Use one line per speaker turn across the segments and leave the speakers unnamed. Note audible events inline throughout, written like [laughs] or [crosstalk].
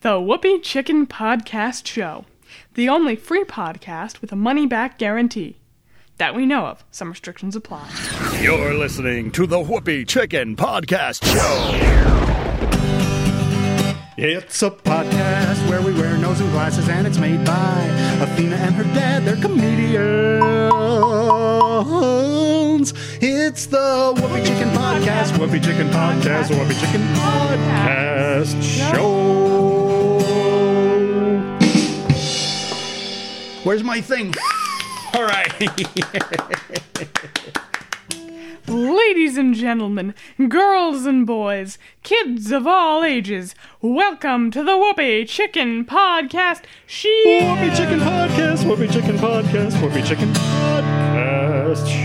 The Whoopi Chicken Podcast Show, the only free podcast with a money back guarantee. That we know of, some restrictions apply.
You're listening to the Whoopi Chicken Podcast Show.
It's a podcast where we wear nose and glasses, and it's made by Athena and her dad. They're comedians. It's the Whoopi Chicken Podcast, Whoopi Chicken Podcast, Whoopi Chicken Podcast Show. Where's my thing? All right.
Ladies and gentlemen, girls and boys, kids of all ages, welcome to the Whoopi Chicken Podcast Show.
Whoopi Chicken Podcast, Whoopi Chicken Podcast, Whoopi Chicken Podcast Show.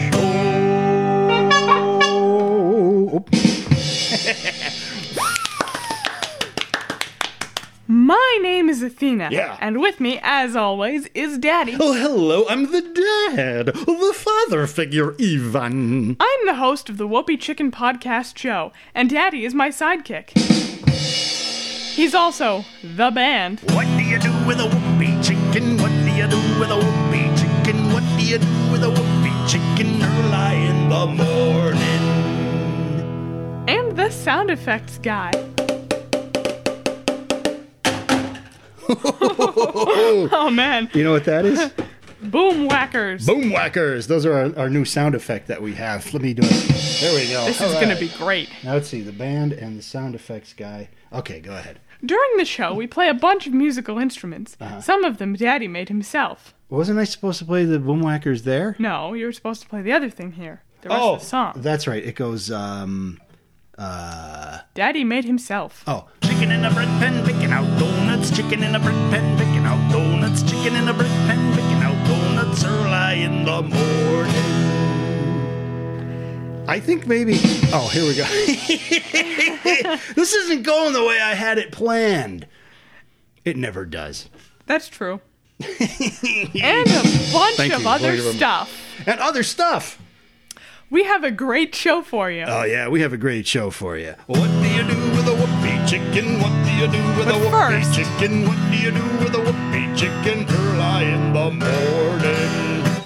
My name is Athena,
Yeah.
and with me, as always, is Daddy.
Oh, hello, I'm the dad, the father figure, Ivan.
I'm the host of the Whoopi Chicken Podcast Show, and Daddy is my sidekick. He's also the band.
What do you do with a whoopee chicken? What do you do with a whoopee chicken? What do you do with a whoopee chicken early in the morning?
and the sound effects
[laughs]
guy. oh man,
You know what that [laughs] is?
boom whackers.
Boom whackers. Those are our, our new sound effect that we have. Let me do it. There we go.
This is going to be great.
Now let's see the band and the sound effects guy. Okay, go ahead.
During the show, we play a bunch of musical instruments.
Uh-huh.
Some of them Daddy made himself.
Wasn't I supposed to play the boomwhackers there?
No, you were supposed to play the other thing here. The rest
Oh.
Oh,
of the song.
that's right. It goes um uh
Daddy made himself.
oh.
Chicken in a bread pan, picking out donuts. Chicken in a bread pan, picking out donuts. Chicken in a bread pan, picking out donuts early in the morning.
I think maybe Oh, here we go. [laughs] this isn't going the way I had it planned. It never does.
That's
[laughs]
true. and a bunch
Thank
of
you.
other
Thank you.
stuff.
And other stuff.
We have a great show for you.
Oh yeah, we have a great show for you.
What do you do with a whoopee chicken? What do you do with
But
a whoopee
first-
chicken? What do you do with a whoopee chicken early in the morning?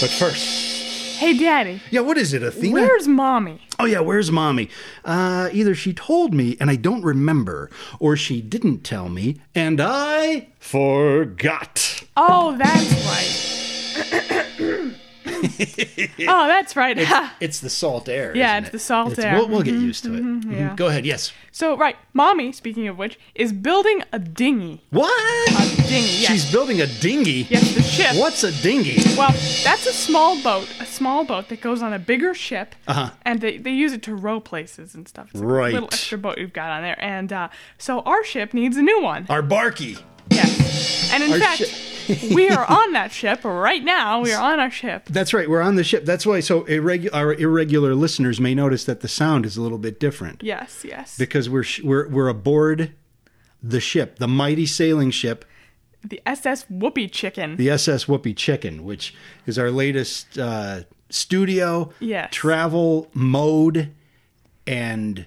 But first,
hey, Daddy,
yeah, what is it, Athena?
where's Mommy?
Oh yeah, where's mommy? Uh, either she told me and I don't remember, or she didn't tell me and I forgot.
Oh, that's right.
[laughs]
oh, that's right. Ha.
It's the salt air.
Yeah,
isn't
it's
it?
the salt air. Mm-hmm.
We'll, we'll get used to it. Mhm.
yeah.
Go ahead. Yes.
[laughs] so, right, mommy. Speaking of which, is building a dinghy.
What?
A dinghy. Yes.
She's building a dinghy.
yes, the ship.
What's a dinghy?
Well, that's a small boat. A small boat that goes on a bigger ship, uh-huh. and they, they use it to row places and stuff. It's like
Right.
A little extra boat you've got on there, and uh, so our ship needs a new one.
Our barky.
yes. And in
our
fact,
[laughs]
we are on that ship right now. We are on our ship.
That's right. We're on the ship. That's why. So irregu- our irregular listeners may notice that the sound is a little bit different
Yes. Yes.
because we're sh- we're we're aboard the ship, the mighty sailing ship
The SS Whoopee Chicken.
the SS Whoopee Chicken, which is our latest uh, studio,
Yes.
travel mode, and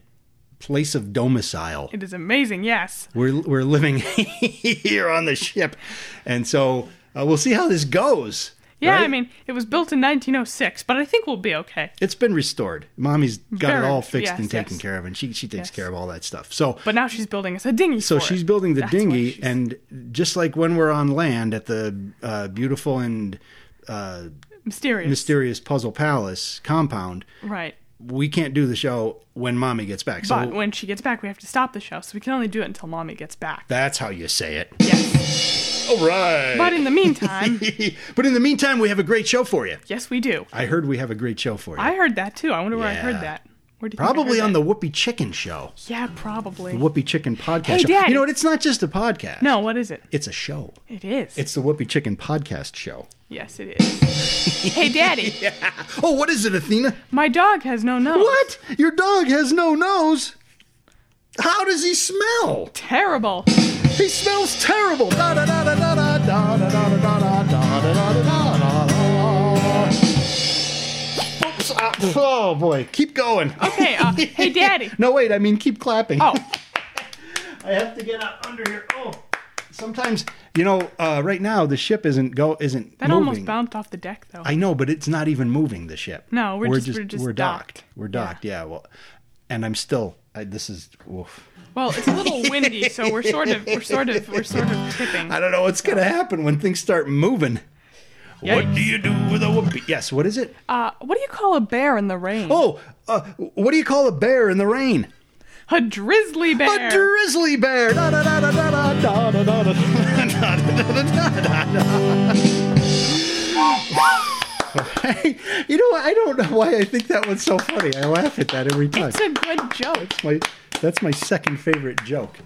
place of domicile.
It is amazing, yes.
We're we're living [laughs] here on the ship, and so uh, we'll see how this goes.
Yeah, I
right?
mean, it was built in 1906, but I think we'll be okay.
it's been restored. Mommy's got
Very-
it all fixed
yes,
and taken
yes.
care of, and she she takes
Yes.
care of all that stuff. So.
But now she's building us a dinghy.
so
for
she's
it.
building the
That's why
dinghy,
she's-
and just like when we're on land at the uh, beautiful and uh,
mysterious.
mysterious Puzzle Palace compound,
Right.
we can't do the show when mommy gets back. So
But when she gets back, we have to stop the show, so we can only do it until mommy gets back.
that's how you say it.
yes.
All right.
But in the meantime,
[laughs] but in the meantime, we have a great show for you.
yes, we do.
I heard we have a great show for you.
I heard that too. I wonder where I
Yeah.
heard that. Where do you
probably
think I
on
heard
the Whoopi Chicken show.
that? Yeah, probably.
Whoopi Chicken podcast.
Hey,
show.
Daddy.
You know what? It's not just a podcast.
no, what is it?
It's a show.
It is.
It's the Whoopi Chicken podcast show.
yes, it is.
[laughs]
hey, Daddy,
Oh, what is it, Athena?
my dog has no nose.
What? Your dog has no nose. How does he smell?
Terrible.
He smells terrible. Da da da da da da da da da da da da da da da da da. Oops. ah, Oh boy, keep going. [laughs]
Okay, uh, hey, Daddy.
No wait, I mean keep clapping.
Oh.
[laughs] I have to get out under here. Oh, sometimes you know. Uh, right now, the ship isn't go isn't
That
moving.
almost bounced off the deck, though.
I know, but it's not even moving the ship.
No, we're just- we're just
docked.
docked.
We're docked. Yeah. Well, and I'm still. I, this is. Oof.
well, it's a
[laughs]
little windy, so we're sort of, we're sort of, we're sort of tipping.
I don't know what's gonna happen when things start moving. What
Yikes.
do you do with a whoopee? Yes. What is it?
Uh, what do you call a bear in the rain?
Oh, uh, what do you call a bear in the rain?
A drizzly bear.
A drizzly bear. Da, da, da, da, da, da, da, da, da, [laughs] da, da, da, da, da, da, da. [laughs] Okay. You know, what? I don't know why I think that one's so funny. I laugh at that every time.
it's a good joke.
my, that's my second favorite joke.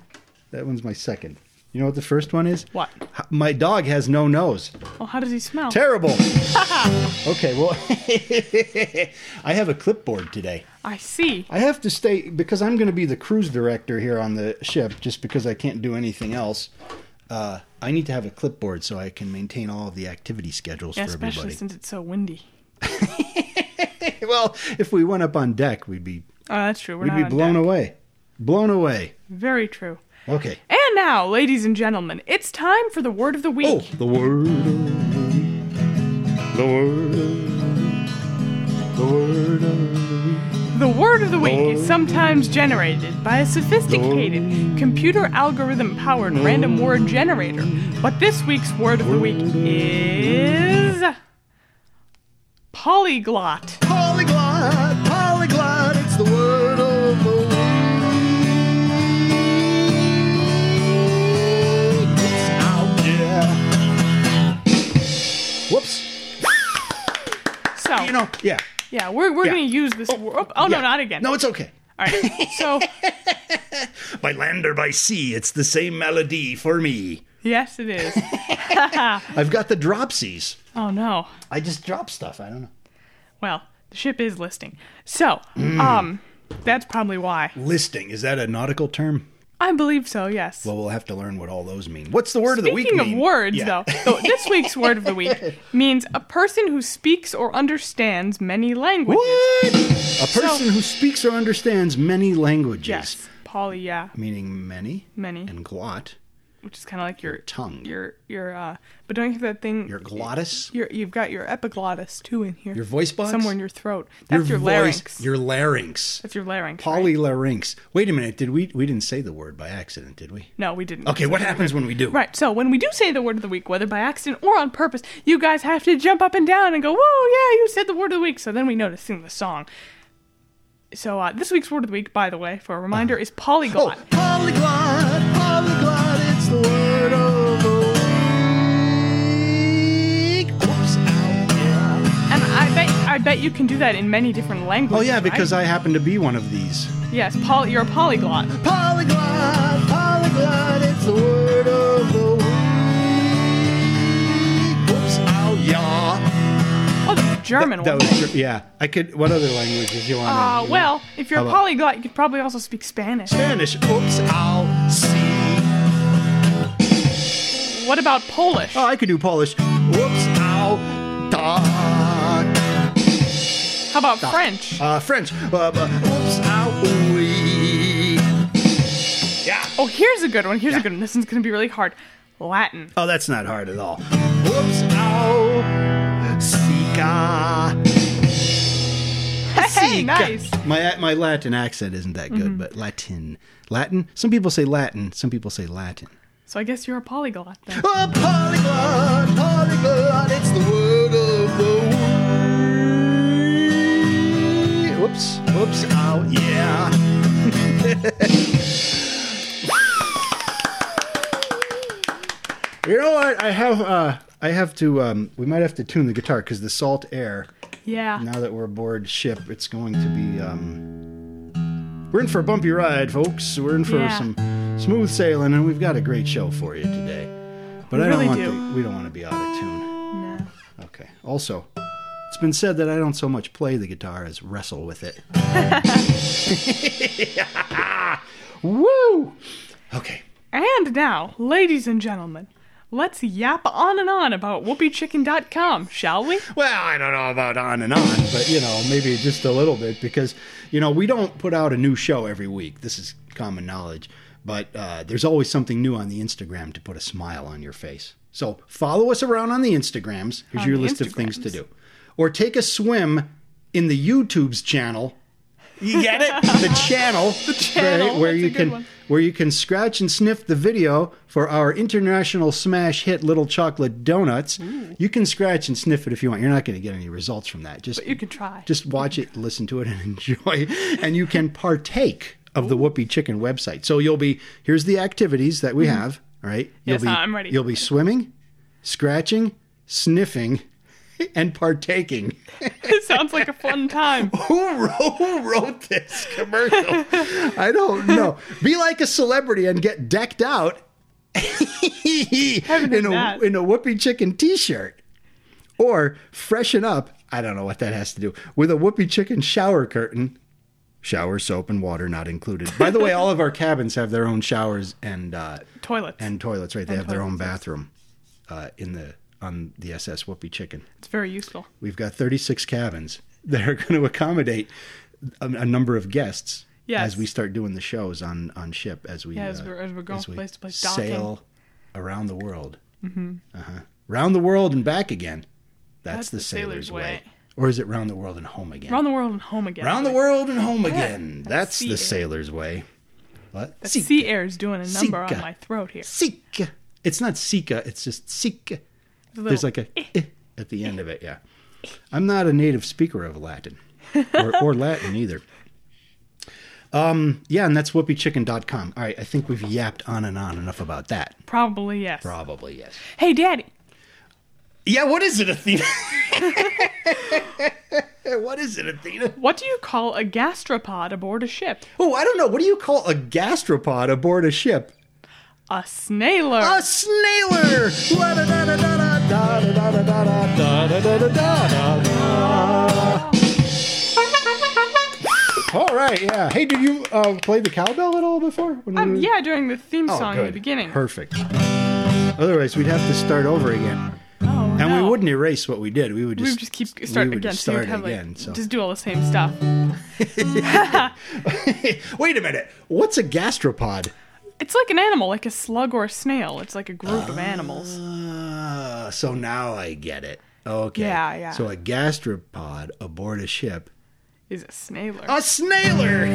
That one's my second. You know what the first one is?
What?
H- My dog has no nose.
Well, how does he smell? [laughs]
Terrible. okay, well, [laughs] I have a clipboard today.
I see.
I have to stay because I'm going to be the cruise director here on the ship. Just because I can't do anything else, uh, I need to have a clipboard so I can maintain all of the activity schedules for
Especially
everybody.
since it's so windy.
[laughs] well, if we went up on deck, we'd be
Oh, that's true. We're
we'd
not
be
on
blown
deck.
away, blown away.
Very true.
Okay.
And now, ladies and gentlemen, it's time for the word of the week.
Oh, the word, of the word, of the word. of-
The word of the week is sometimes generated by a sophisticated computer algorithm powered random word generator. But this week's word of the week is polyglot.
Polyglot, polyglot. It's the word of the week. It's out there. Whoops.
So,
You know, yeah.
yeah, we're, we're
yeah.
going to use this word. Oh, no,
yeah.
not again.
No, it's okay.
All right.
[laughs]
So,
By land or by sea, it's the same melody for me.
yes, it is.
I've got the dropsies.
Oh, no.
I just drop stuff. I don't know.
Well, the ship is listing. So,
Mm.
um, that's probably why.
Listing is that a nautical term?
I believe so, yes.
Well, we'll have to learn what all those mean. What's the word of the week?
Speaking
mean?
of words,
Yeah.
though, so this week's word of the week means a person who speaks or understands many languages.
[laughs] What? A person who speaks or understands many languages.
Yes, Polly, yeah,
Meaning many.
Many.
And glot.
which is kind of like your
tongue.
your your. Uh, but don't you have that thing?
Your glottis.
your, you've got your epiglottis too in here.
Your voice box.
somewhere in your throat. That's your,
voice-
larynx.
Your larynx.
That's your larynx. right?
Polylarynx. Wait a minute. Did we? We didn't say the word by accident, did we?
No, we didn't.
Okay. What happens when we do?
Right. So when we do say the word of the week, whether by accident or on purpose, you guys have to jump up and down and go, "Whoa, yeah, you said the word of the week!" So then we know to sing the song. So uh, this week's word of the week, by the way, for a reminder, is
Oh,
polyglot.
polyglot. Polyglot. It's the word of the week. Whoops. Ow. Yeah.
And I bet I bet you can do that in many different
Oh
languages.
yeah, because
right?
I happen to be one of these.
yes, poly, you're a polyglot.
Polyglot, polyglot, it's the word of the week. Whoops, ow, yeah.
Oh, the German
That
one.
was, true, yeah. I could, what other languages you want to
uh, well, if you're
How
a
about-
polyglot, you could probably also speak Spanish.
Spanish, oops, ow, see.
What about Polish?
Oh, I could do Polish, whoops, ow, da.
How about French?
Uh, French, uh, uh, oops, ow, oui. Yeah.
oh, here's a good one. Here's
Yeah.
a good one. This one's gonna be really hard. Latin.
Oh, that's not hard at all. Whoops, ow, sika.
Hey,
Seek.
nice. Mm-hmm.
My my Latin accent isn't that good, but Latin, Latin. Some people say Latin. Some people say Latin.
So I guess you're a polyglot
[laughs]
then.
Oh, polyglot, polyglot. It's the word of the week. Whoops, whoops, ow, yeah. [laughs] you know what? I have uh, I have to. Um, we might have to tune the guitar because the salt air
Yeah.
now that we're aboard ship, it's going to be um we're in for a bumpy ride, folks. We're in for
Yeah.
some smooth sailing and we've got a great show for you today. But I
really
don't want
do.
to, we don't want to be out of tune.
No.
Okay. Also, it's been said that I don't so much play the guitar as wrestle with
[laughs]
it. [laughs] Woo! Okay.
And now, ladies and gentlemen, let's yap on and on about whoopeechicken.com, shall we? [laughs]
Well, I don't know about on and on, but you know, maybe just a little bit because you know we don't put out a new show every week. This is common knowledge, But uh, there's always something new on the Instagram to put a smile on your face. So follow us around on the Instagrams. Here's
On
your
the
list of things to
Instagrams.
do. Or take a swim in the YouTube's channel
You get
[laughs]
it?
the channel,
channel,
where
that's a
you
good
can
one.
where you can scratch and sniff the video for our international smash hit little chocolate donuts
Mm.
you can scratch and sniff it if you want you're not going to get any results from that just
you can try.
just watch it listen to it and [laughs] enjoy and you can partake of the whoopee chicken website so you'll be here's the activities that we have all right you'll
Mm-hmm. Yes,
be
I'm ready.
you'll be swimming scratching sniffing [laughs] and partaking
it sounds like a fun time.
who wrote, who wrote this commercial? I don't know. Be like a celebrity and get decked out in a
that.
in a whoopee chicken t-shirt, or freshen up. I don't know what that has to do with a whoopee chicken shower curtain. Shower, soap, and water not included. By the way, all of our cabins have their own showers and uh,
Toilets.
and toilets. Right, they have their own bathroom uh, in the on the SS Whoopee Chicken.
it's very useful.
We've got 36 cabins [laughs] that are going to accommodate a, a number of guests
Yes.
as we start doing the shows on, on ship as we
Yeah, as we're- as we're going
we
place to place, docking.
sail around the world. Mm-hmm. Uh-huh. Round the world and back again. That's, the, sailor's, way. Or is it round the world and home again?
Around the world and home again.
Round the world and home again. That's,
sea
the
air.
sailor's way. What?
That sea air is doing a number
Sika.
on my throat here.
Sika. It's not Sika. It's just Sika. There's like a eh at the end of it. Yeah. I'm not a native speaker of Latin or, or Latin either. Um, yeah, and that's whoopiechicken.com. All right, I think we've yapped on and on enough about that.
Probably yes.
Probably, yes.
Hey, Daddy.
yeah, what is it, Athena?
Hey, [laughs] what is it, Athena?
What do you call a gastropod aboard a ship?
Oh, I don't know. What do you call a gastropod aboard a ship?
A snailer.
A snailer! La-da-da-da-da-da, da-da-da-da-da-da. All right, yeah. Hey, did you uh, play the cowbell at all before? When we
Um,
were-
yeah, during the theme
Oh,
song in the
good.
beginning.
Perfect. Otherwise, we'd have to start over again,
Oh,
and
no.
we wouldn't erase what we did. We would
We
just
would just keep starting
we would
again.
just
so you'd
start
have, like,
again. So.
Just do all the same stuff.
[laughs] Wait a minute. What's a gastropod?
It's like an animal, like a slug or a snail. It's like a group
Ah.
of animals.
Uh, so now I get it. Okay.
Yeah, yeah.
So a gastropod aboard a ship
Is a snailer.
A snailer.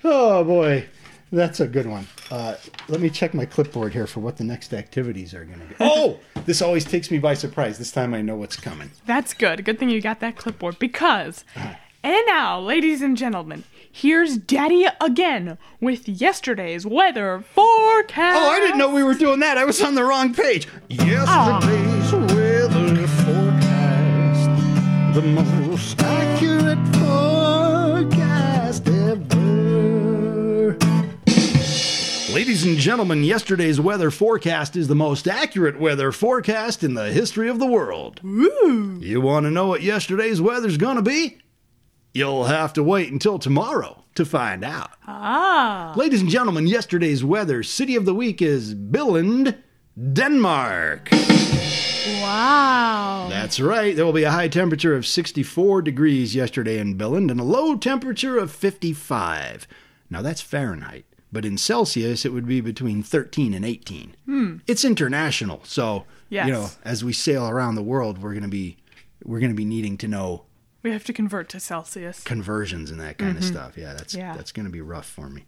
[laughs] oh boy, that's a good one. Uh, let me check my clipboard here for what the next activities are going to be. Oh, this always takes me by surprise. This time I know what's coming.
That's good. Good thing you got that clipboard because. And now, ladies and gentlemen, here's Daddy again with yesterday's weather forecast.
Oh, I didn't know we were doing that. I was on the wrong page.
Yesterday's weather forecast, the most accurate forecast ever.
Ladies and gentlemen, yesterday's weather forecast is the most accurate weather forecast in the history of the world. You want to know what yesterday's weather's going to be? You'll have to wait until tomorrow to find out.
Ah,
Ladies and gentlemen, yesterday's weather city of the week is Billund, Denmark.
wow.
That's right. There will be a high temperature of 64 degrees yesterday in Billund and a low temperature of 55. Now that's Fahrenheit, but in Celsius it would be between 13 and 18. It's international, so
Yes.
you know, as we sail around the world, we're going to be we're going to be needing to know
We have to convert to Celsius.
conversions and that kind of stuff. Yeah, that's
Mm-hmm. Yeah.
that's going to be rough for me.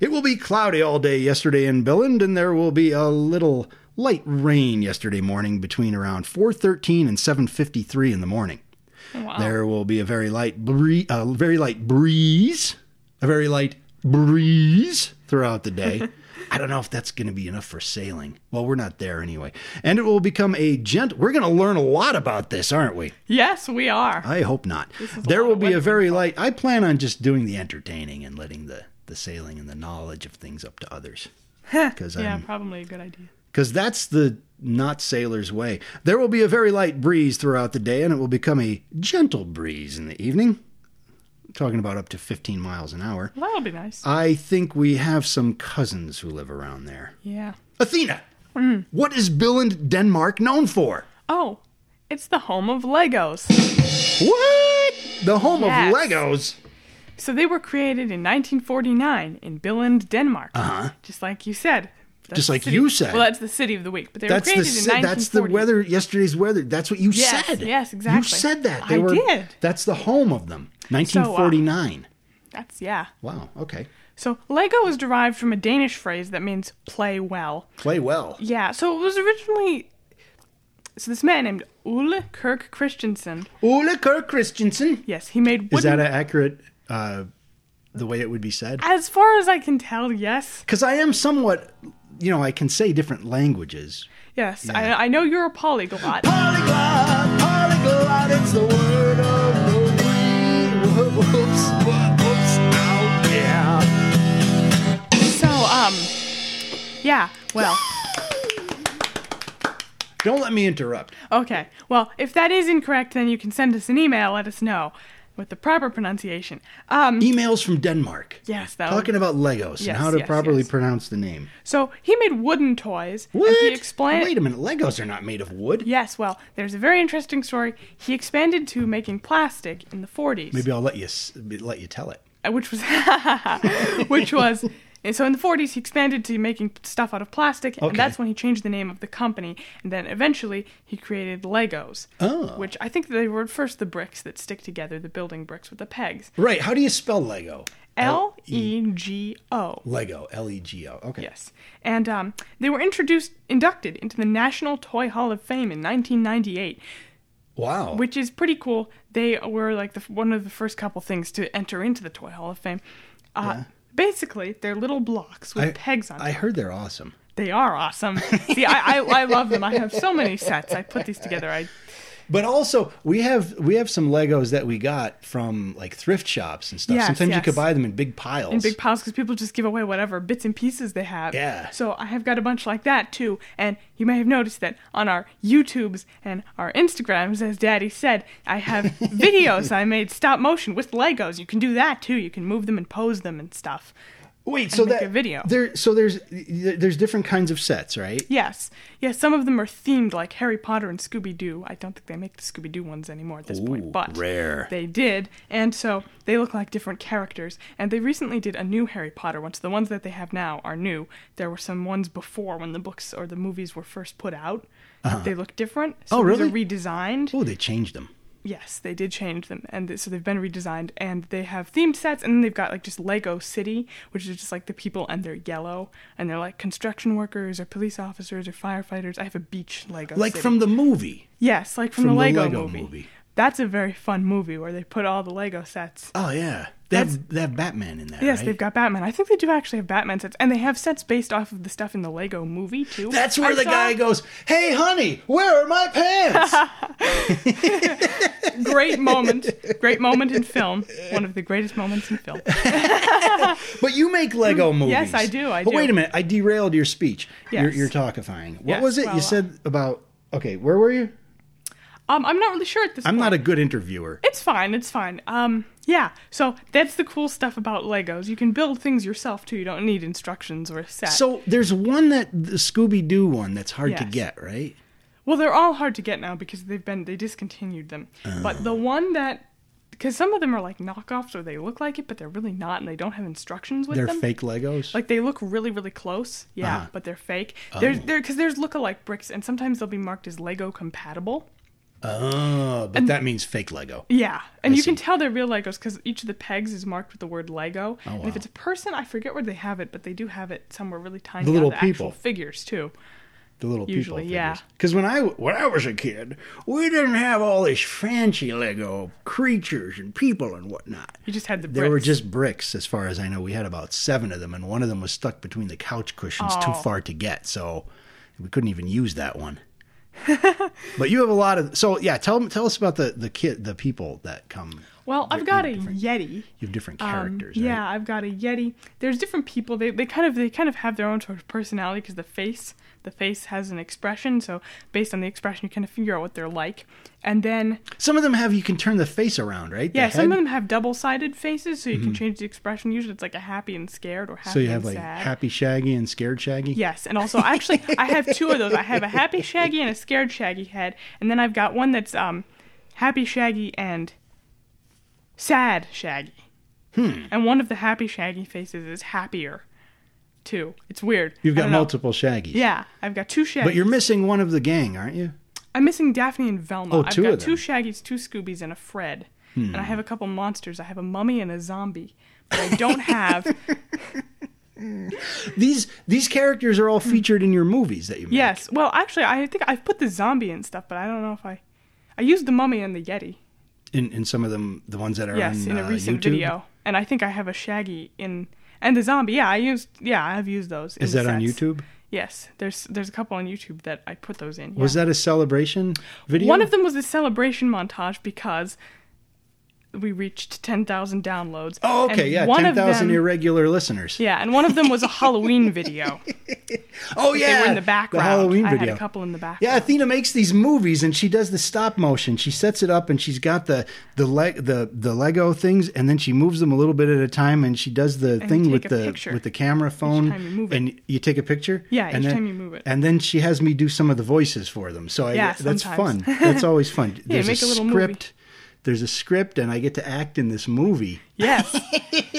It will be cloudy all day yesterday in Billund, and there will be a little light rain yesterday morning between around 4:13 and 7:53 in the morning.
Oh, Wow.
There will be a very light bree- a very light breeze, a very light breeze throughout
[laughs]
the day. I don't know if that's going to be enough for sailing. Well, we're not there anyway. And it will become a gent We're going to learn a lot about this, aren't we?
Yes, we are.
I hope not.
is a
There
lot
will
of
be a
weather
very light. I plan on just doing the entertaining and letting the the sailing and the knowledge of things up to others. Because
yeah, probably a good idea.
because that's the not sailor's way. There will be a very light breeze throughout the day, and it will become a gentle breeze in the evening. talking about up to 15 miles an hour.
Well, that'll be nice.
I think we have some cousins who live around there.
yeah.
Athena,
Mm.
what is Billund, Denmark, known for?
Oh, it's the home of Legos.
What? The home
Yes.
of Legos.
So they were created in 1949 in Billund, Denmark. Uh-huh. Just like you said. That's
Just
the
like
city-
you said.
Well, that's the city of the week, but they
That's
were
the
created
si-
in 1940.
that's the weather yesterday's weather. That's what you
Yes,
said.
yes, exactly.
You said that they
I
were.
did. uh,
That's the home of them. 1949.
That's yeah.
wow. Okay.
So Lego was derived from a Danish phrase that means play well.
Play well.
Yeah, so it was originally so this man named Ole Kirk Christensen.
Ole Kirk Christensen.
Yes, he made wooden
Is that a accurate? Uh, the way it would be said.
as far as I can tell, yes.
Because I am somewhat. You know, I can say different languages.
Yes. I, I know you're a polyglot.
Polyglot, polyglot, it's the word of the week. Whoops, whoops, out, yeah.
so um yeah, well,
Don't let me interrupt.
okay. Well, if that is incorrect, then you can send us an email, let us know with the proper pronunciation. Um
Emails from Denmark.
yes, that would-
Talking about Legos and
Yes,
how to
yes,
properly
yes.
pronounce the name.
So, he made wooden toys and he explained
Wait a minute, Legos are not made of wood.
Yes, well, there's a very interesting story. He expanded to making plastic in the 40s.
Maybe I'll let you s- let you tell it.
uh, which was [laughs] which was and so in the 40s he expanded to making stuff out of plastic
Okay.
and that's when he changed the name of the company and then eventually he created legos
Oh.
which i think they were at first the bricks that stick together the building bricks with the pegs
Right? How do you spell Lego? E
l-e-g-o
Lego, L E G O. Okay.
yes and um, they were introduced inducted into the national toy hall of fame in 1998
Wow.
which is pretty cool. They were like the, one of the first couple things to enter into the Toy Hall of Fame. Uh, Basically, they're little blocks with
I,
pegs on
I
them.
heard they're awesome.
They are
[laughs]
awesome. See, I, I, I love them. I have so many sets. I put these together. I
But also, we have we have some Legos that we got from like thrift shops and stuff.
Yes,
Sometimes you
yes.
could buy them in big piles.
in big piles because people just give away whatever bits and pieces they have.
Yeah.
So I have got a bunch like that too. And you may have noticed that on our YouTubes and our Instagrams, as Daddy said, I
[laughs]
have videos I made stop motion with Legos. You can do that too. You can move them and pose them and stuff.
Wait, so
make
that
a video.
There, so there's there's different kinds of sets, right?
Yes. Yes, some of them are themed like Harry Potter and Scooby Doo. I don't think they make the Scooby Doo ones anymore at this
Ooh,
point, but
rare.
they did. And so they look like different characters. And they recently did a new Harry Potter one. So the ones that they have now are new. There were some ones before when the books or the movies were first put out. They look different. So
Uh-huh. Oh,
these are
really?
redesigned.
Oh, they changed them.
Yes, they did change them, and th- so they've been redesigned, and they have themed sets, and then they've got like just Lego City, which is just like the people, and they're yellow, and they're like construction workers or police officers or firefighters. I have a beach Lego.
Like
City.
from the movie.
yes, like from,
from
the
the
Lego,
Lego
movie.
movie.
That's a very fun movie where they put all the Lego sets.
Oh yeah, they have, they have Batman in that.
Yes,
right?
they've got Batman. I think they do actually have Batman sets, and they have sets based off of the stuff in the Lego movie too.
That's where
I
the
saw-
guy goes, "Hey, honey, where are my
[laughs]
pants?"
Great moment, great moment in
[laughs]
film. One of the greatest moments in film.
but you make Lego movies.
yes, I do, I
but
do.
wait a minute, I derailed your speech. You're,
Yes.
you're talkifying. What
Yes,
was it
well,
you
uh,
said about? Okay, where were you?
Um, I'm not really sure at this.
I'm
point.
not a good interviewer.
It's fine. It's fine. Um, yeah. So that's the cool stuff about Legos. You can build things yourself too. You don't need instructions or a set.
So there's one that the Scooby Doo one that's hard to
Yes.
get, right?
well, they're all hard to get now because they've been they discontinued them.
Uh.
But the one that because some of them are like knockoffs or they look like it, but they're really not, and they don't have instructions with
They're
them.
fake Legos.
Like they look really, really close, yeah,
Uh-huh. Oh.
but they're fake. There's there because there's look-alike bricks, and sometimes they'll be marked as Lego compatible.
oh, but that means fake Lego.
Yeah, and you
see.
can tell they're real Legos because each of the pegs is marked with the word Lego. And
Oh, wow.
if it's a person, I forget where they have it, but they do have it somewhere really tiny.
The
on
little
the actual
people.
figures too.
The little
Usually,
people.
yeah.
Because when I when I was a kid, we didn't have all this fancy Lego creatures and people and whatnot.
You just had the.
They were
bricks.
just bricks, as far as I know. We had about seven of them, and one of them was stuck between the couch cushions, too
Oh.
far to get, so we couldn't even use that one. [laughs] but you have a lot of so yeah. Tell tell us about the the kid, the people that come.
Well, I've got a Yeti.
You have different
Um,
characters. right?
Yeah, I've got a Yeti. There's different people. They, they kind of they kind of have their own sort of personality because the face the face has an expression. So based on the expression, you kind of figure out what they're like. And then
Some of them have you can turn the face around, right? The
yeah, some
head. Mm-hmm.
of them have double sided faces, so you can change the expression. Usually, it's like a happy and scared or happy
So you
and
have like
sad.
happy Shaggy and scared Shaggy.
Yes, and also actually I have two of those. I have a happy Shaggy and a scared Shaggy head, and then I've got one that's um happy Shaggy and sad Shaggy.
Hmm.
And one of the happy shaggy faces is happier, too. It's weird.
You've
I
got
don't know.
multiple Shaggies.
Yeah, I've got two shaggies.
But you're missing one of the gang, aren't you?
I'm missing Daphne and Velma.
Oh,
I've
two
got
of
two
them. Hmm.
Shaggies, two Scoobies, and a Fred. And I have a couple monsters. I have a mummy and a zombie. But I don't
[laughs]
have.
These these characters are
Mm.
all featured in your movies that you make.
yes. Well, actually, I think I've put the zombie and stuff, but I don't know if I. I used the mummy and the yeti.
In, in some of them, the ones that are
Yes,
on
in a
uh,
recent
YouTube.
video. And I think I have a shaggy in and the zombie. Yeah, I used. Yeah, I have used those. in
Is
the
that on
sets.
YouTube?
Yes. There's there's a couple on YouTube that I put those in.
Was
yeah.
that a celebration video?
One of them was the celebration montage because we reached 10,000 downloads.
Oh, okay,
And
yeah,
one of
ten thousand
them-
irregular listeners.
Yeah, and one of them was a Halloween
[laughs]
video.
oh yeah,
They were in the background.
The Halloween
I
video.
had a couple in the background.
Yeah, Athena makes these movies and she does the stop motion. She sets it up and she's got the the le- the the Lego things and then she moves them a little bit at a time and she does the
you
thing
take
with
a
the
picture
with the camera phone
time you move it.
and you take a picture.
Yeah,
and
each
then,
time you move it.
And then she has me do some of the voices for them. So I,
Yeah,
that's
sometimes. [laughs]
fun. That's always fun. There's
make a little movie.
script. There's a script and I get to act in this movie. [laughs]
Yes.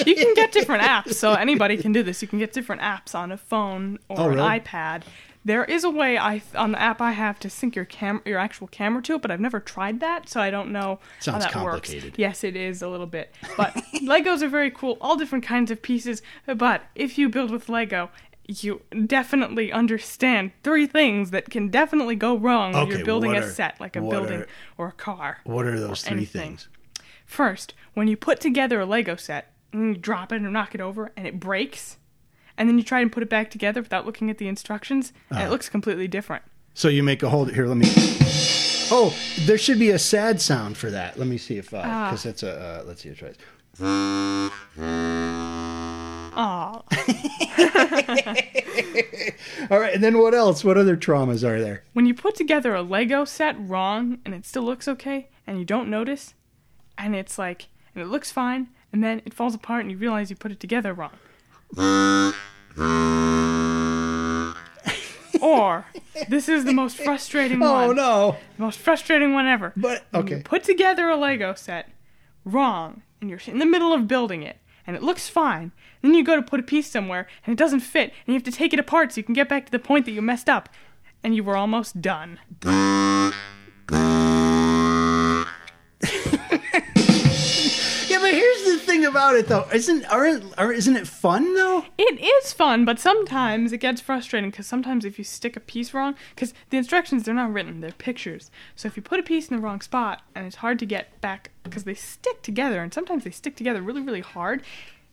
you can get different apps, so anybody can do this. You can get different apps on a phone or
Oh, really?
an iPad. There is a way I th- on the app I have to sync your cam your actual camera to it, but I've never tried that, so I don't know
Sounds
how that
complicated.
works. Yes, it is a little bit,
[laughs]
but Legos are very cool, all different kinds of pieces. But if you build with Lego, you definitely understand three things that can definitely go wrong when
Okay,
you're building
what
a
are-
set, like a
what
building
are-
or a car.
What are those three
anything.
things?
First, when you put together a Lego set, and you drop it or knock it over and it breaks, and then you try and put it back together without looking at the instructions, and it
Uh-huh.
looks completely different.
So you make a hold here. Let me. Oh, there should be a sad sound for that. Let me see if
Ah.
because that's a uh, let's see if it tries.
Oh,
All right, and then what else? What other traumas are there?
when you put together a Lego set wrong and it still looks okay and you don't notice, and it's like, and it looks fine, and then it falls apart and you realize you put it together wrong. or, this is the most frustrating one.
[laughs] Oh no!
The most frustrating one ever.
But
You
okay,
put together a Lego set wrong, and you're in the middle of building it, and it looks fine. Then you go to put a piece somewhere, and it doesn't fit, and you have to take it apart so you can get back to the point that you messed up, and you were almost done.
yeah, but here's the thing about it though. Isn't aren't are, isn't it fun though?
It is fun, but sometimes it gets frustrating because sometimes if you stick a piece wrong, because the instructions they're not written, they're pictures. So if you put a piece in the wrong spot and it's hard to get back because they stick together and sometimes they stick together really, really hard.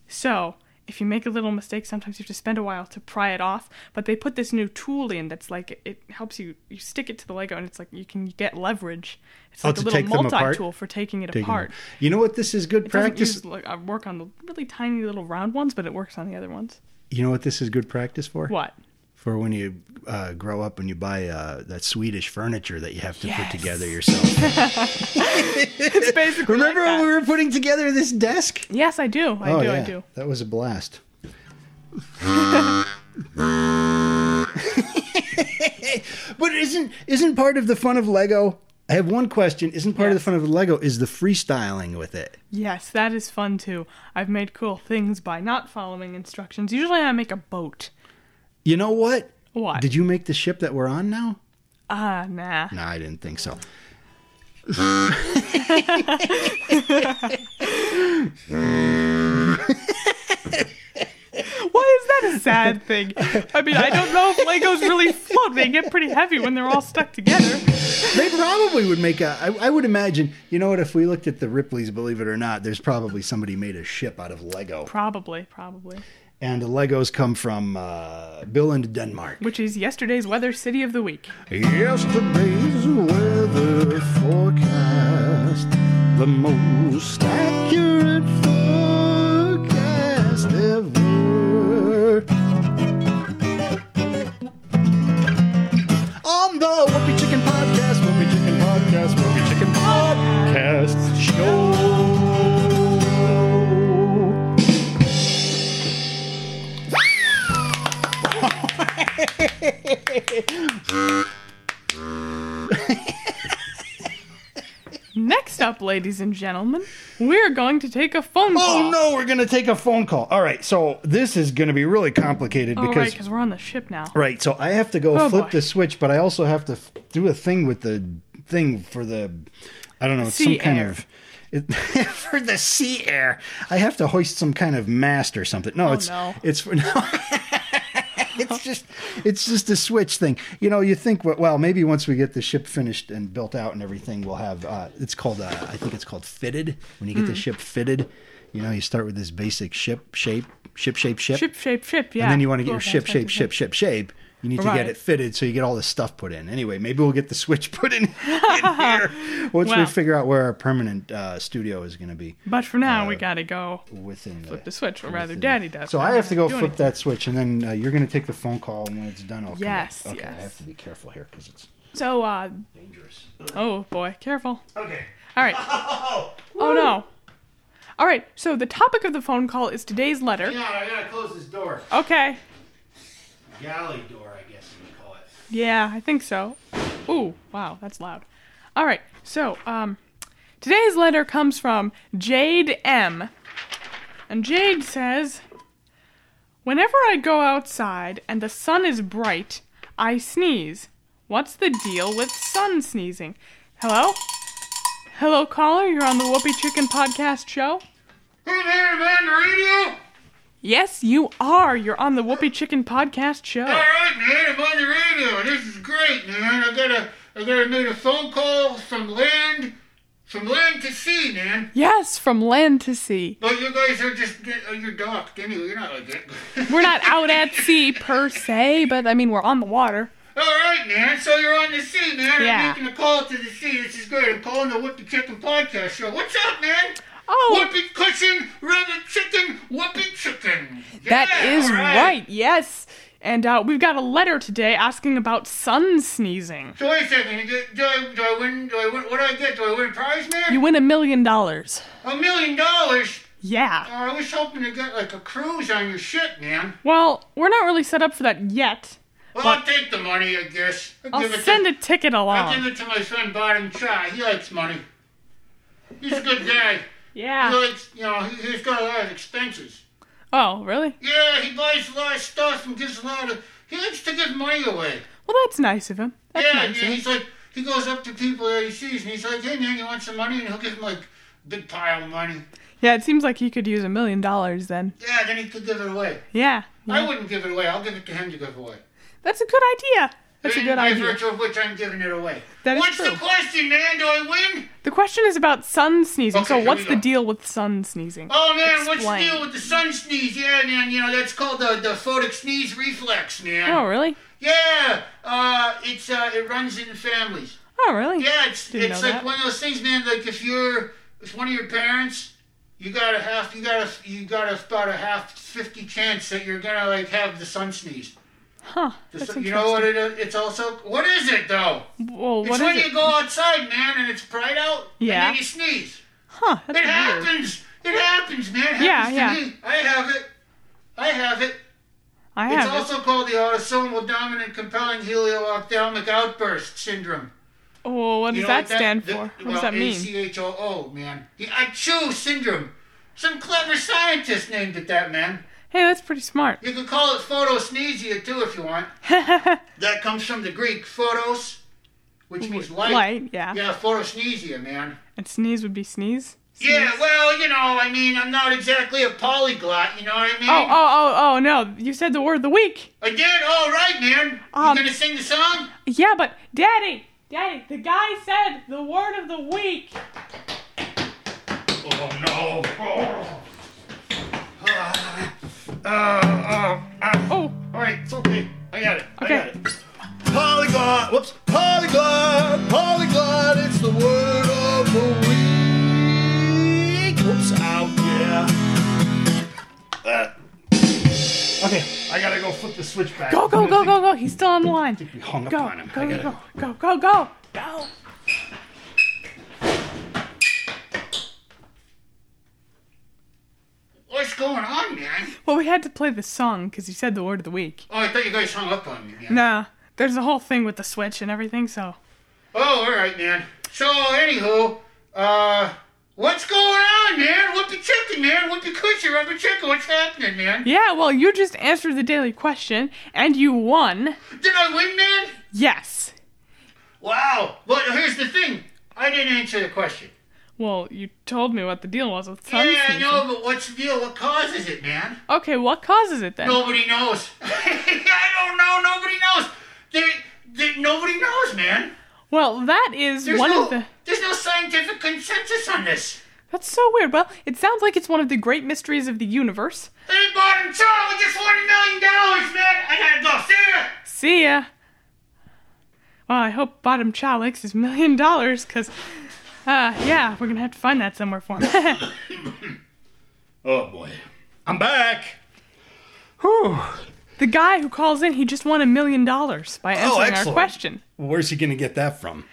So if you make a little mistake, sometimes you have to spend a while to pry it off. But they put this new tool in that's like it helps you. You stick it to the Lego and it's like you can get leverage. It's
Oh,
like
to
a little
take them apart?
multi-tool for taking it apart.
You know what? This is good
It
practice.
doesn't use, like, I work on the really tiny little round ones, but it works on the other ones.
You know what this is good practice for?
What?
For when you uh, grow up and you buy uh, that Swedish furniture that you have to
Yes.
put together yourself. [laughs]
It's basically
Remember
like
when
that.
we were putting together this desk?
Yes, I do. I
oh,
do.
Yeah.
I do.
That was a blast. [laughs] but isn't isn't part of the fun of Lego? I have one question. Isn't part of the
Yes.
fun of Lego is the freestyling with it?
Yes, that is fun too. I've made cool things by not following instructions. Usually, I make a boat.
You know what?
What?
Did you make the ship that we're on now?
Ah, nah.
No, I didn't think so.
Why is that a
[laughs]
sad thing? I mean, I don't know if Legos really float. They get pretty heavy when they're all stuck together.
They probably would make a. I, I would imagine. You know what? If we looked at the Ripley's, believe it or not, there's probably somebody made a ship out of Lego,
Probably, probably.
and the Legos come from uh, Bill and Denmark.
Which is yesterday's weather city of the week.
Yesterday's weather forecast, the most accurate forecast ever. On the Whoopi Chicken Podcast, Whoopi Chicken Podcast, Whoopi Chicken Podcast Show.
Next up, ladies and gentlemen. We're going to take a phone
Oh
call.
no, we're gonna take a phone call. All right, so this is gonna be really complicated
Oh, right,
because
because we're on the ship now.
right, so I have to go
Oh,
flip
boy.
the switch, but I also have to f- do a thing with the thing for the I don't know, it's some
Sea
kind
air.
of it, [laughs] for the sea air. I have to hoist some kind of mast or something. No, it's
Oh, no.
it's for [laughs] no. It's just, it's just a switch thing. You know, you think, well, maybe once we get the ship finished and built out and everything, we'll have. Uh, it's called, uh, I think it's called fitted. When you
Hmm.
get the ship fitted, you know, you start with this basic ship shape, ship shape, ship,
Ship, shape, ship. Yeah.
and then you want to get
Cool,
your
that's
ship
what
shape,
you
ship,
said.
ship, shape. You need to
Right.
get it fitted so you get all the stuff put in. Anyway, maybe we'll get the switch [laughs] put in, in
[laughs]
here once we
Wow.
figure out where our permanent uh, studio is going to be
But for now,
Uh,
we gotta go
within
flip
the.
the switch, or rather, Daddy does.
So
I'm
I
not
have to go
do
flip
anything.
that switch, and then uh, you're going to take the phone call, and when it's done, I'll come back.
Yes,
Okay, I
yes.
have to be careful here because it's
So, uh,
dangerous.
oh boy, careful.
Okay.
All right. Oh no. All right. So the topic of the phone call is today's letter.
God, I gotta close this door.
Okay.
Galley door, I guess you would call it.
Yeah, I think so. Ooh, wow, that's loud. All right, so um, today's letter comes from Jade M. And Jade says Whenever I go outside and the sun is bright, I sneeze. What's the deal with sun sneezing? Hello? Hello, caller. You're on the Whoopi Chicken Podcast Show.
Hey there, man, the radio?
Yes, you are. You're on the Whoopi Chicken Podcast Show.
Alright, man, I'm on the radio. This is great, man. I gotta I gotta make a phone call from land from land to sea, man.
Yes, from land to sea.
But you guys are just uh, you're docked anyway, you're not like that.
We're not out at
[laughs]
sea per se, but I mean we're on the water.
Alright, man, so you're on the sea, man.
Yeah.
I'm making a call to the sea. This is great. I'm calling the Whoopi Chicken Podcast Show. What's up, man?
Oh,
Whoopee cushion, rabbit chicken, whoopee chicken.
that
Yeah,
is
all
right. Yes. And uh, we've got a letter today asking about sun sneezing.
So wait a second. Do, do I do I win? Do I win? What do I get? Do I win a prize, man?
You win a million dollars.
A million dollars? Oh,
Yeah.
I was hoping to get like a cruise on your ship, man.
Well, we're not really set up for that yet.
Well, I'll take the money, I guess. I'll,
I'll
give it
send
to,
a ticket
I'll give
along.
it to my friend Bottom Chai. He likes money. He's a good guy. He
Yeah.
likes, you know, he, he's got a lot of expenses.
Oh, really?
Yeah, he buys a lot of stuff and gives a lot of. He likes to give money away.
Well, that's nice of him. That's
Yeah,
nice eh?
yeah.
of him.
He's like, he goes up to people that he sees and he's like, hey man, you want some money? And he'll give him like a big pile of money.
Yeah, it seems like he could use a million dollars then.
Yeah, then he could give it away.
Yeah.
I
yeah.
wouldn't give it away. I'll give it to him to give away.
That's a good idea. That's a
And
good
by
idea.
virtue of which I'm giving it away.
That is
What's
true.
the question, man? Do I win?
The question is about sun sneezing.
Okay,
so,
here
what's
we
the
go.
deal with sun sneezing?
Oh man, what's
Explain.
the deal with the sun sneeze? Yeah, man, you know that's called the, the photic sneeze reflex, man.
Oh, really?
Yeah, uh, it's uh, it runs in families.
Oh, really?
Yeah, it's
Didn't
it's
know
like
that.
one of those things, man. Like if you're if one of your parents, you got a half, you got a you got a, about a half fifty chance that you're gonna like have the sun sneeze.
Huh.
The
That's
sun-
interesting.
you know what it is? It's also what is it though?
Well,
It's
what
when
is
you
it?
go outside, man, and it's bright out,
Yeah.
and then you sneeze.
Huh.
It
That's weird.
happens. It happens, man. It happens
Yeah,
to
yeah.
me. I have it. I have it.
I
It's
have it.
also called the autosomal dominant compelling helioophthalmic outburst syndrome.
Oh, what does
You know
that
what that-
stand
the-
for? What
well,
does that mean?
ACHOO, man. The Achoo syndrome. Some clever scientist named it that, man.
Hey, that's pretty smart.
You could call it photosnesia too if you want. that comes from the Greek photos,
[laughs]
which means light.
Light, yeah.
Yeah, photosnesia, man.
And sneeze would be sneeze.
Yeah,
Sneeze.
well, you know, I mean, I'm not exactly a polyglot, you know what I mean?
Oh, oh, oh, oh, no. You said the word of the week.
I did? All right, man.
Um,
you gonna sing the song?
Yeah, but Daddy, Daddy, the guy said the word of the week.
Oh, no. Oh. Uh, uh, uh,
Oh,
all right, it's okay. I got it. I
okay.
got it.
Polyglot, whoops, polyglot, polyglot, it's the word of the week. Whoops, out, yeah.
Okay, I gotta go flip the switch back.
oh, Go, go, go, go, go. He's still on the line.
We hung up
Go,
on him. I
go,
gotta-
go, go, go, go, go.
What's going on, man?
Well, we had to play the song because he said the word of the week.
Oh, I thought you guys hung up on me, man.
Nah, there's a whole thing with the switch and everything, so.
Oh, all right, man. So, anywho, Uh, what's going on, man? What the chicken, man? What the cushion, rubber chicken? What's happening, man?
Yeah, well, you just answered the daily question and you won.
Did I win, man?
Yes.
Wow. Well, here's the thing. I didn't answer the question.
Well, you told me what the deal was with sun
Yeah, I
season.
know, but what's the deal? What causes it, man?
Okay, what causes it then?
Nobody knows. [laughs] I don't know. Nobody knows. They, they, nobody knows, man.
Well, that is
There's
one
no,
of the.
there's no scientific consensus on this.
That's so weird. Well, it sounds like it's one of the great mysteries of the universe.
They bought him Charlie just won a million dollars, man. I gotta go. See ya.
See ya. Well, I hope Bottom Chow likes his million dollars, because, uh, yeah, we're gonna have to find that somewhere for him. [laughs]
Oh boy, I'm back.
the guy who calls in, he just won a million dollars
Oh,
by answering our
excellent.
question.
Where's he going to get that from?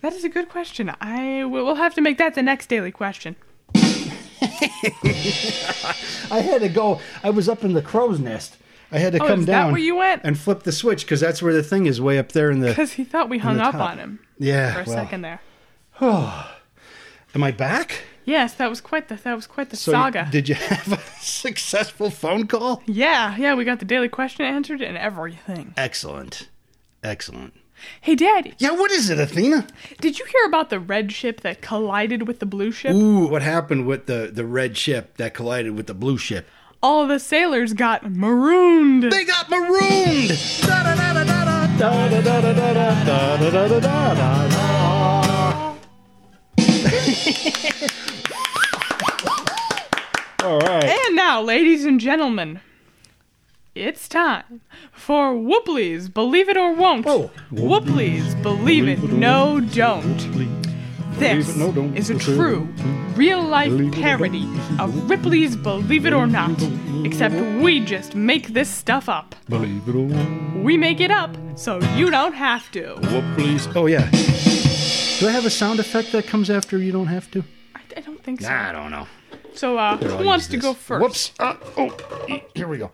That is a good question. I will we'll have to make that the next daily question.
I had to go. I was up in the crow's nest. I had to
Oh,
come
is that
down
where you went?
and flip the switch because that's where the thing is, way up there in the.
Because he thought we hung
the
up
top.
on him
Yeah.
for a
well,
second there.
Am I back?
Yes, that was quite the that was quite the
So you-
saga.
Did you [laughs] have a successful phone call?
yeah, yeah, we got the daily question answered and everything.
Excellent. Excellent.
Hey, Dad,
Yeah, what is it, Athena?
did you hear about the red ship that collided with the blue ship?
Ooh, what happened with the, the red ship that collided with the blue ship?
All the sailors got marooned.
They got marooned! Da-da-da-da-da-da, da-da-da-da-da, da-da-da-da-da-da. All right.
and now, ladies and gentlemen, it's time for Whooplies Believe It or Won't.
Oh.
Whooplies Believe It, No Don't. This
Believe It, No Don't.
is a true, real life parody of Ripley's Believe It or Not, except we just make this stuff up.
Believe it or
We make it up so you don't have to.
please. Oh yeah. Do I have a sound effect that comes after you don't have to?
I, I don't think so.
I don't know.
So, uh, who
I'll
wants
use
to
this.
go first?
Whoops. Uh, oh, e- here we go.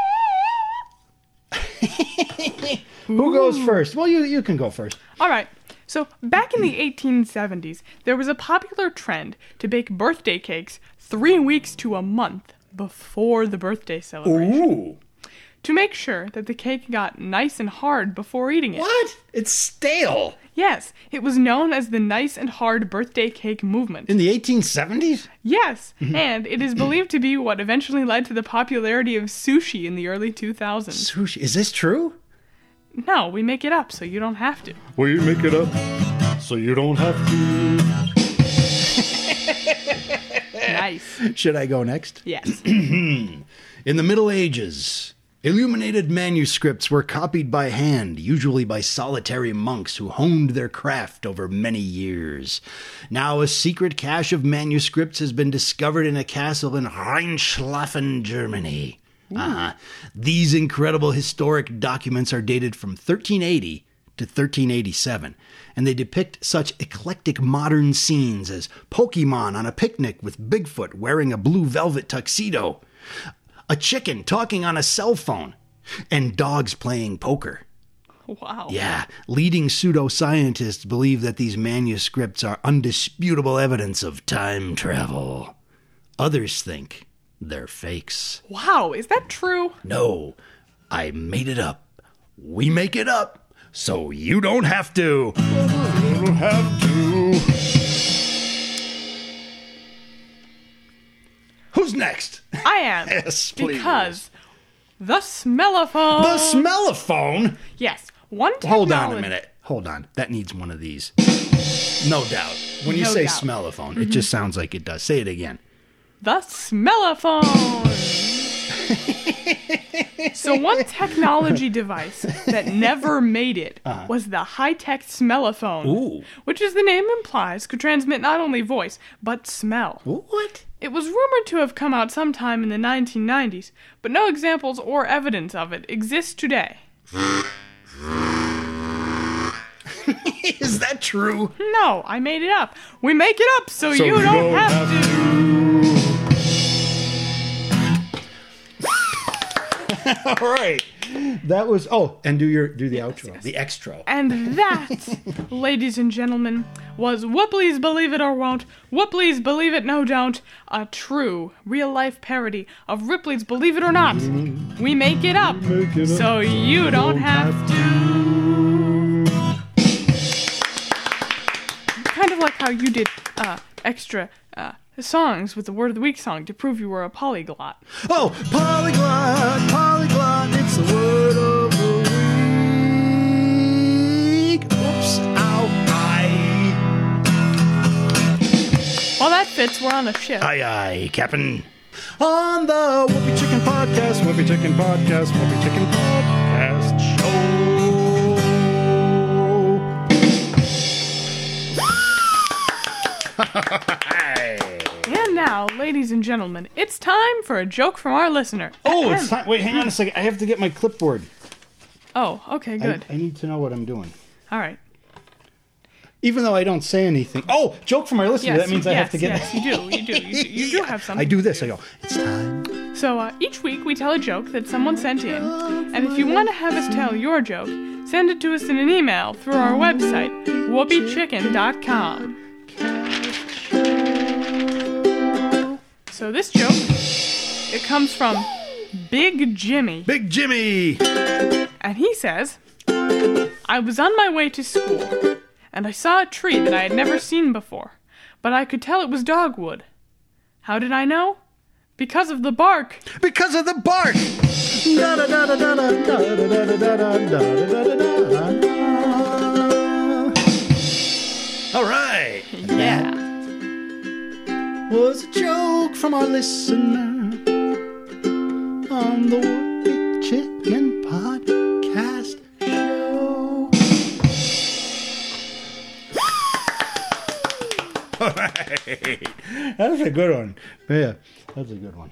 [laughs] Who goes first? Well, you you can go first.
All right. So, back in the 1870s, there was a popular trend to bake birthday cakes three weeks to a month before the birthday celebration
Ooh.
to make sure that the cake got nice and hard before eating it.
What? It's stale.
Yes, it was known as the nice and hard birthday cake movement.
In Mm-hmm. the 1870s? [laughs]
yes, and it is believed to be what eventually led to the popularity of sushi in the early 2000s.
Sushi. Is this true?
No, we make it up so you don't have to.
We make it up so you don't have to.
eh.
Nice.
Should I go next? [clears throat]
Yes.
In the Middle Ages, illuminated manuscripts were copied by hand, usually by solitary monks who honed their craft over many years. Now, a secret cache of manuscripts has been discovered in a castle in Rheinschlafen, Germany. Uh-huh. These incredible historic documents are dated from 1380 to 1387, and they depict such eclectic modern scenes as Pokemon on a picnic with Bigfoot wearing a blue velvet tuxedo a chicken talking on a cell phone, and dogs playing poker.
Wow.
Yeah, leading pseudoscientists believe that these manuscripts are undisputable evidence of time travel. Others think they're fakes.
Wow, is that true?
No, I made it up. We make it up, so you don't have to.
You don't have to.
Who's next?
I am.
[laughs] Yes, please.
Because the smellophone.
The smell of phone.
yes, one
Hold on a
technology-
minute. Hold on. That needs one of these. No doubt. Mm-hmm. When you
No
say
doubt.
smell of phone, it just sounds like it does. Say it again.
The smellophone. [laughs] so one technology device
[laughs]
that never made it was the high-tech smellophone,
Uh-huh. Ooh.
which, as the name implies, could transmit not only voice but smell.
What?
It was rumored to have come out sometime in the 1990s, but no examples or evidence of it exists today.
Is that true?
No, I made it up. We make it up so, you,
you
don't,
don't
have, to.
All right. That was oh, and do your do the outro, the extra.
[laughs] And that, ladies and gentlemen, was Whoopleys Believe It or Won't, Whoopleys Believe It No Don't, a true real life parody of Ripley's Believe It or Not. We make it up so you don't have to. Kind of like how you did uh, extra uh, songs with the Word of the Week song to prove you were a polyglot.
Oh, polyglot, polyglot, it's the word of the week. Oops, ow,
Aye,
Well, that fits. We're on a ship.
aye, aye, Captain.
on the Whoopi Chicken Podcast, Whoopi Chicken Podcast, Whoopi Chicken Podcast [laughs] Show.
And now, ladies and gentlemen, it's time for a joke from our listener.
Oh, it's time. Wait, hang on a second. I have to get my clipboard.
Oh, okay,
I,
good.
I need to know what I'm doing.
All right.
Even though I don't say anything. Oh, joke from our listener.
Yes,
that means I
yes,
have to get
yes, you do, you do, you do,
[laughs]
you do have something.
I do this. I go, it's time.
So uh, each week we tell a joke that someone sent in, and if you want to have us tell your joke, send it to us in an email through our website, whoopeechicken.com. So this joke, it comes from Big Jimmy.
Big Jimmy.
And he says, I was on my way to school, and I saw a tree that I had never seen before, but I could tell it was dogwood. How did I know? Because of the bark.
Because of the bark.
All right.
Yeah.
was a joke from our listener on the Whoopi Chicken Podcast Show. That was a good one. Yeah, that's a good one.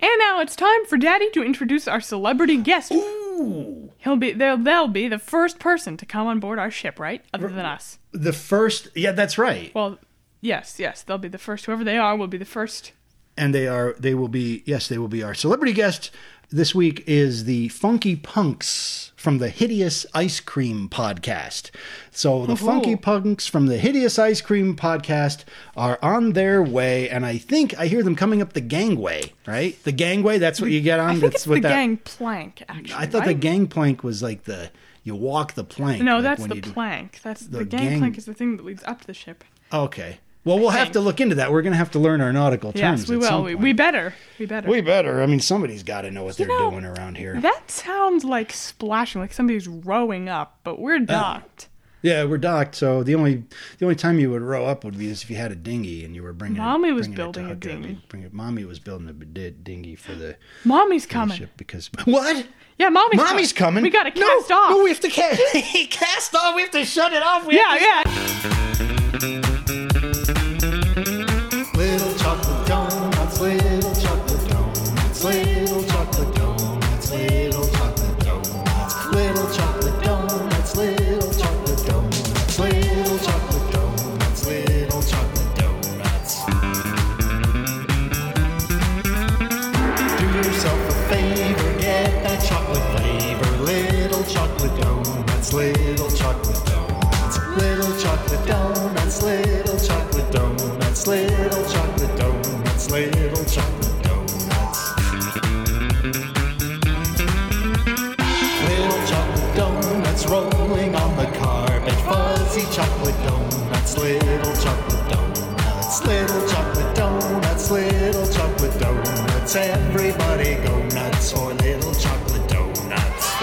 And now it's time for Daddy to introduce our celebrity guest. He'll be they'll, they'll be the first person to come on board our ship, right? Other than us.
The first, yeah, that's right.
Well, yes, yes, they'll be the first. Whoever they are will be the first.
And they are, they will be, yes, they will be our celebrity guest this week is the Funky Punks from the Hideous Ice Cream Podcast. So
Oh,
the Funky Punks from the Hideous Ice Cream Podcast are on their way, and I think I hear them coming up the gangway, right? The gangway, that's what you get on.
I think
that's
it's
what
the
that,
gang plank, actually.
I thought the
right?
gangplank was like the, you walk the plank.
No,
like
that's
when
the
you do-
plank. That's the,
the
gang,
gang-
plank is the thing that leads up to the ship.
Okay. Well, we'll have
think.
to look into that. We're going to have to learn our nautical terms.
yes, we
at some
will. We,
point.
we better. We better.
We better. I mean, somebody's got to know what they're
know,
doing around here.
that sounds like splashing, like somebody's rowing up, but
Uh,
we're docked.
yeah, we're docked, so the only the only time you would row up would be is if you had a dinghy and you were bringing.
Mommy was
bringing
building a
tug, I mean,
dinghy.
bringing- mommy was building a di- dinghy for the
Mommy's coming.
ship because [laughs] what?
Yeah, mommy's,
Mommy's coming.
We got to
No,
cast off.
No, we have to cast. [laughs] cast off. We have to shut it off. We have
yeah, yeah.
Little chocolate donuts, little chocolate donuts, little chocolate donuts, little chocolate donuts, little chocolate donuts, little chocolate donuts, little chocolate donuts, little chocolate donuts. Do yourself a favor, get that chocolate flavor. Little chocolate donuts, little chocolate donuts, little chocolate donuts, little chocolate donuts, little chocolate donuts, little chocolate donuts. Little chocolate donuts rolling on the carpet. Fuzzy chocolate donuts, little chocolate donuts, little chocolate donuts, little chocolate donuts. Everybody go nuts for little chocolate donuts.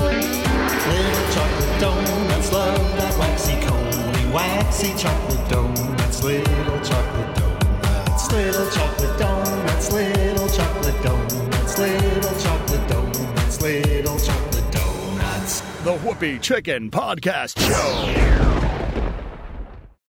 Little chocolate donuts love that waxy coney, waxy chocolate donuts, little chocolate donuts, little chocolate donuts, little chocolate donuts, little chocolate donuts, little chocolate donuts.
The Whoopi Chicken Podcast Show.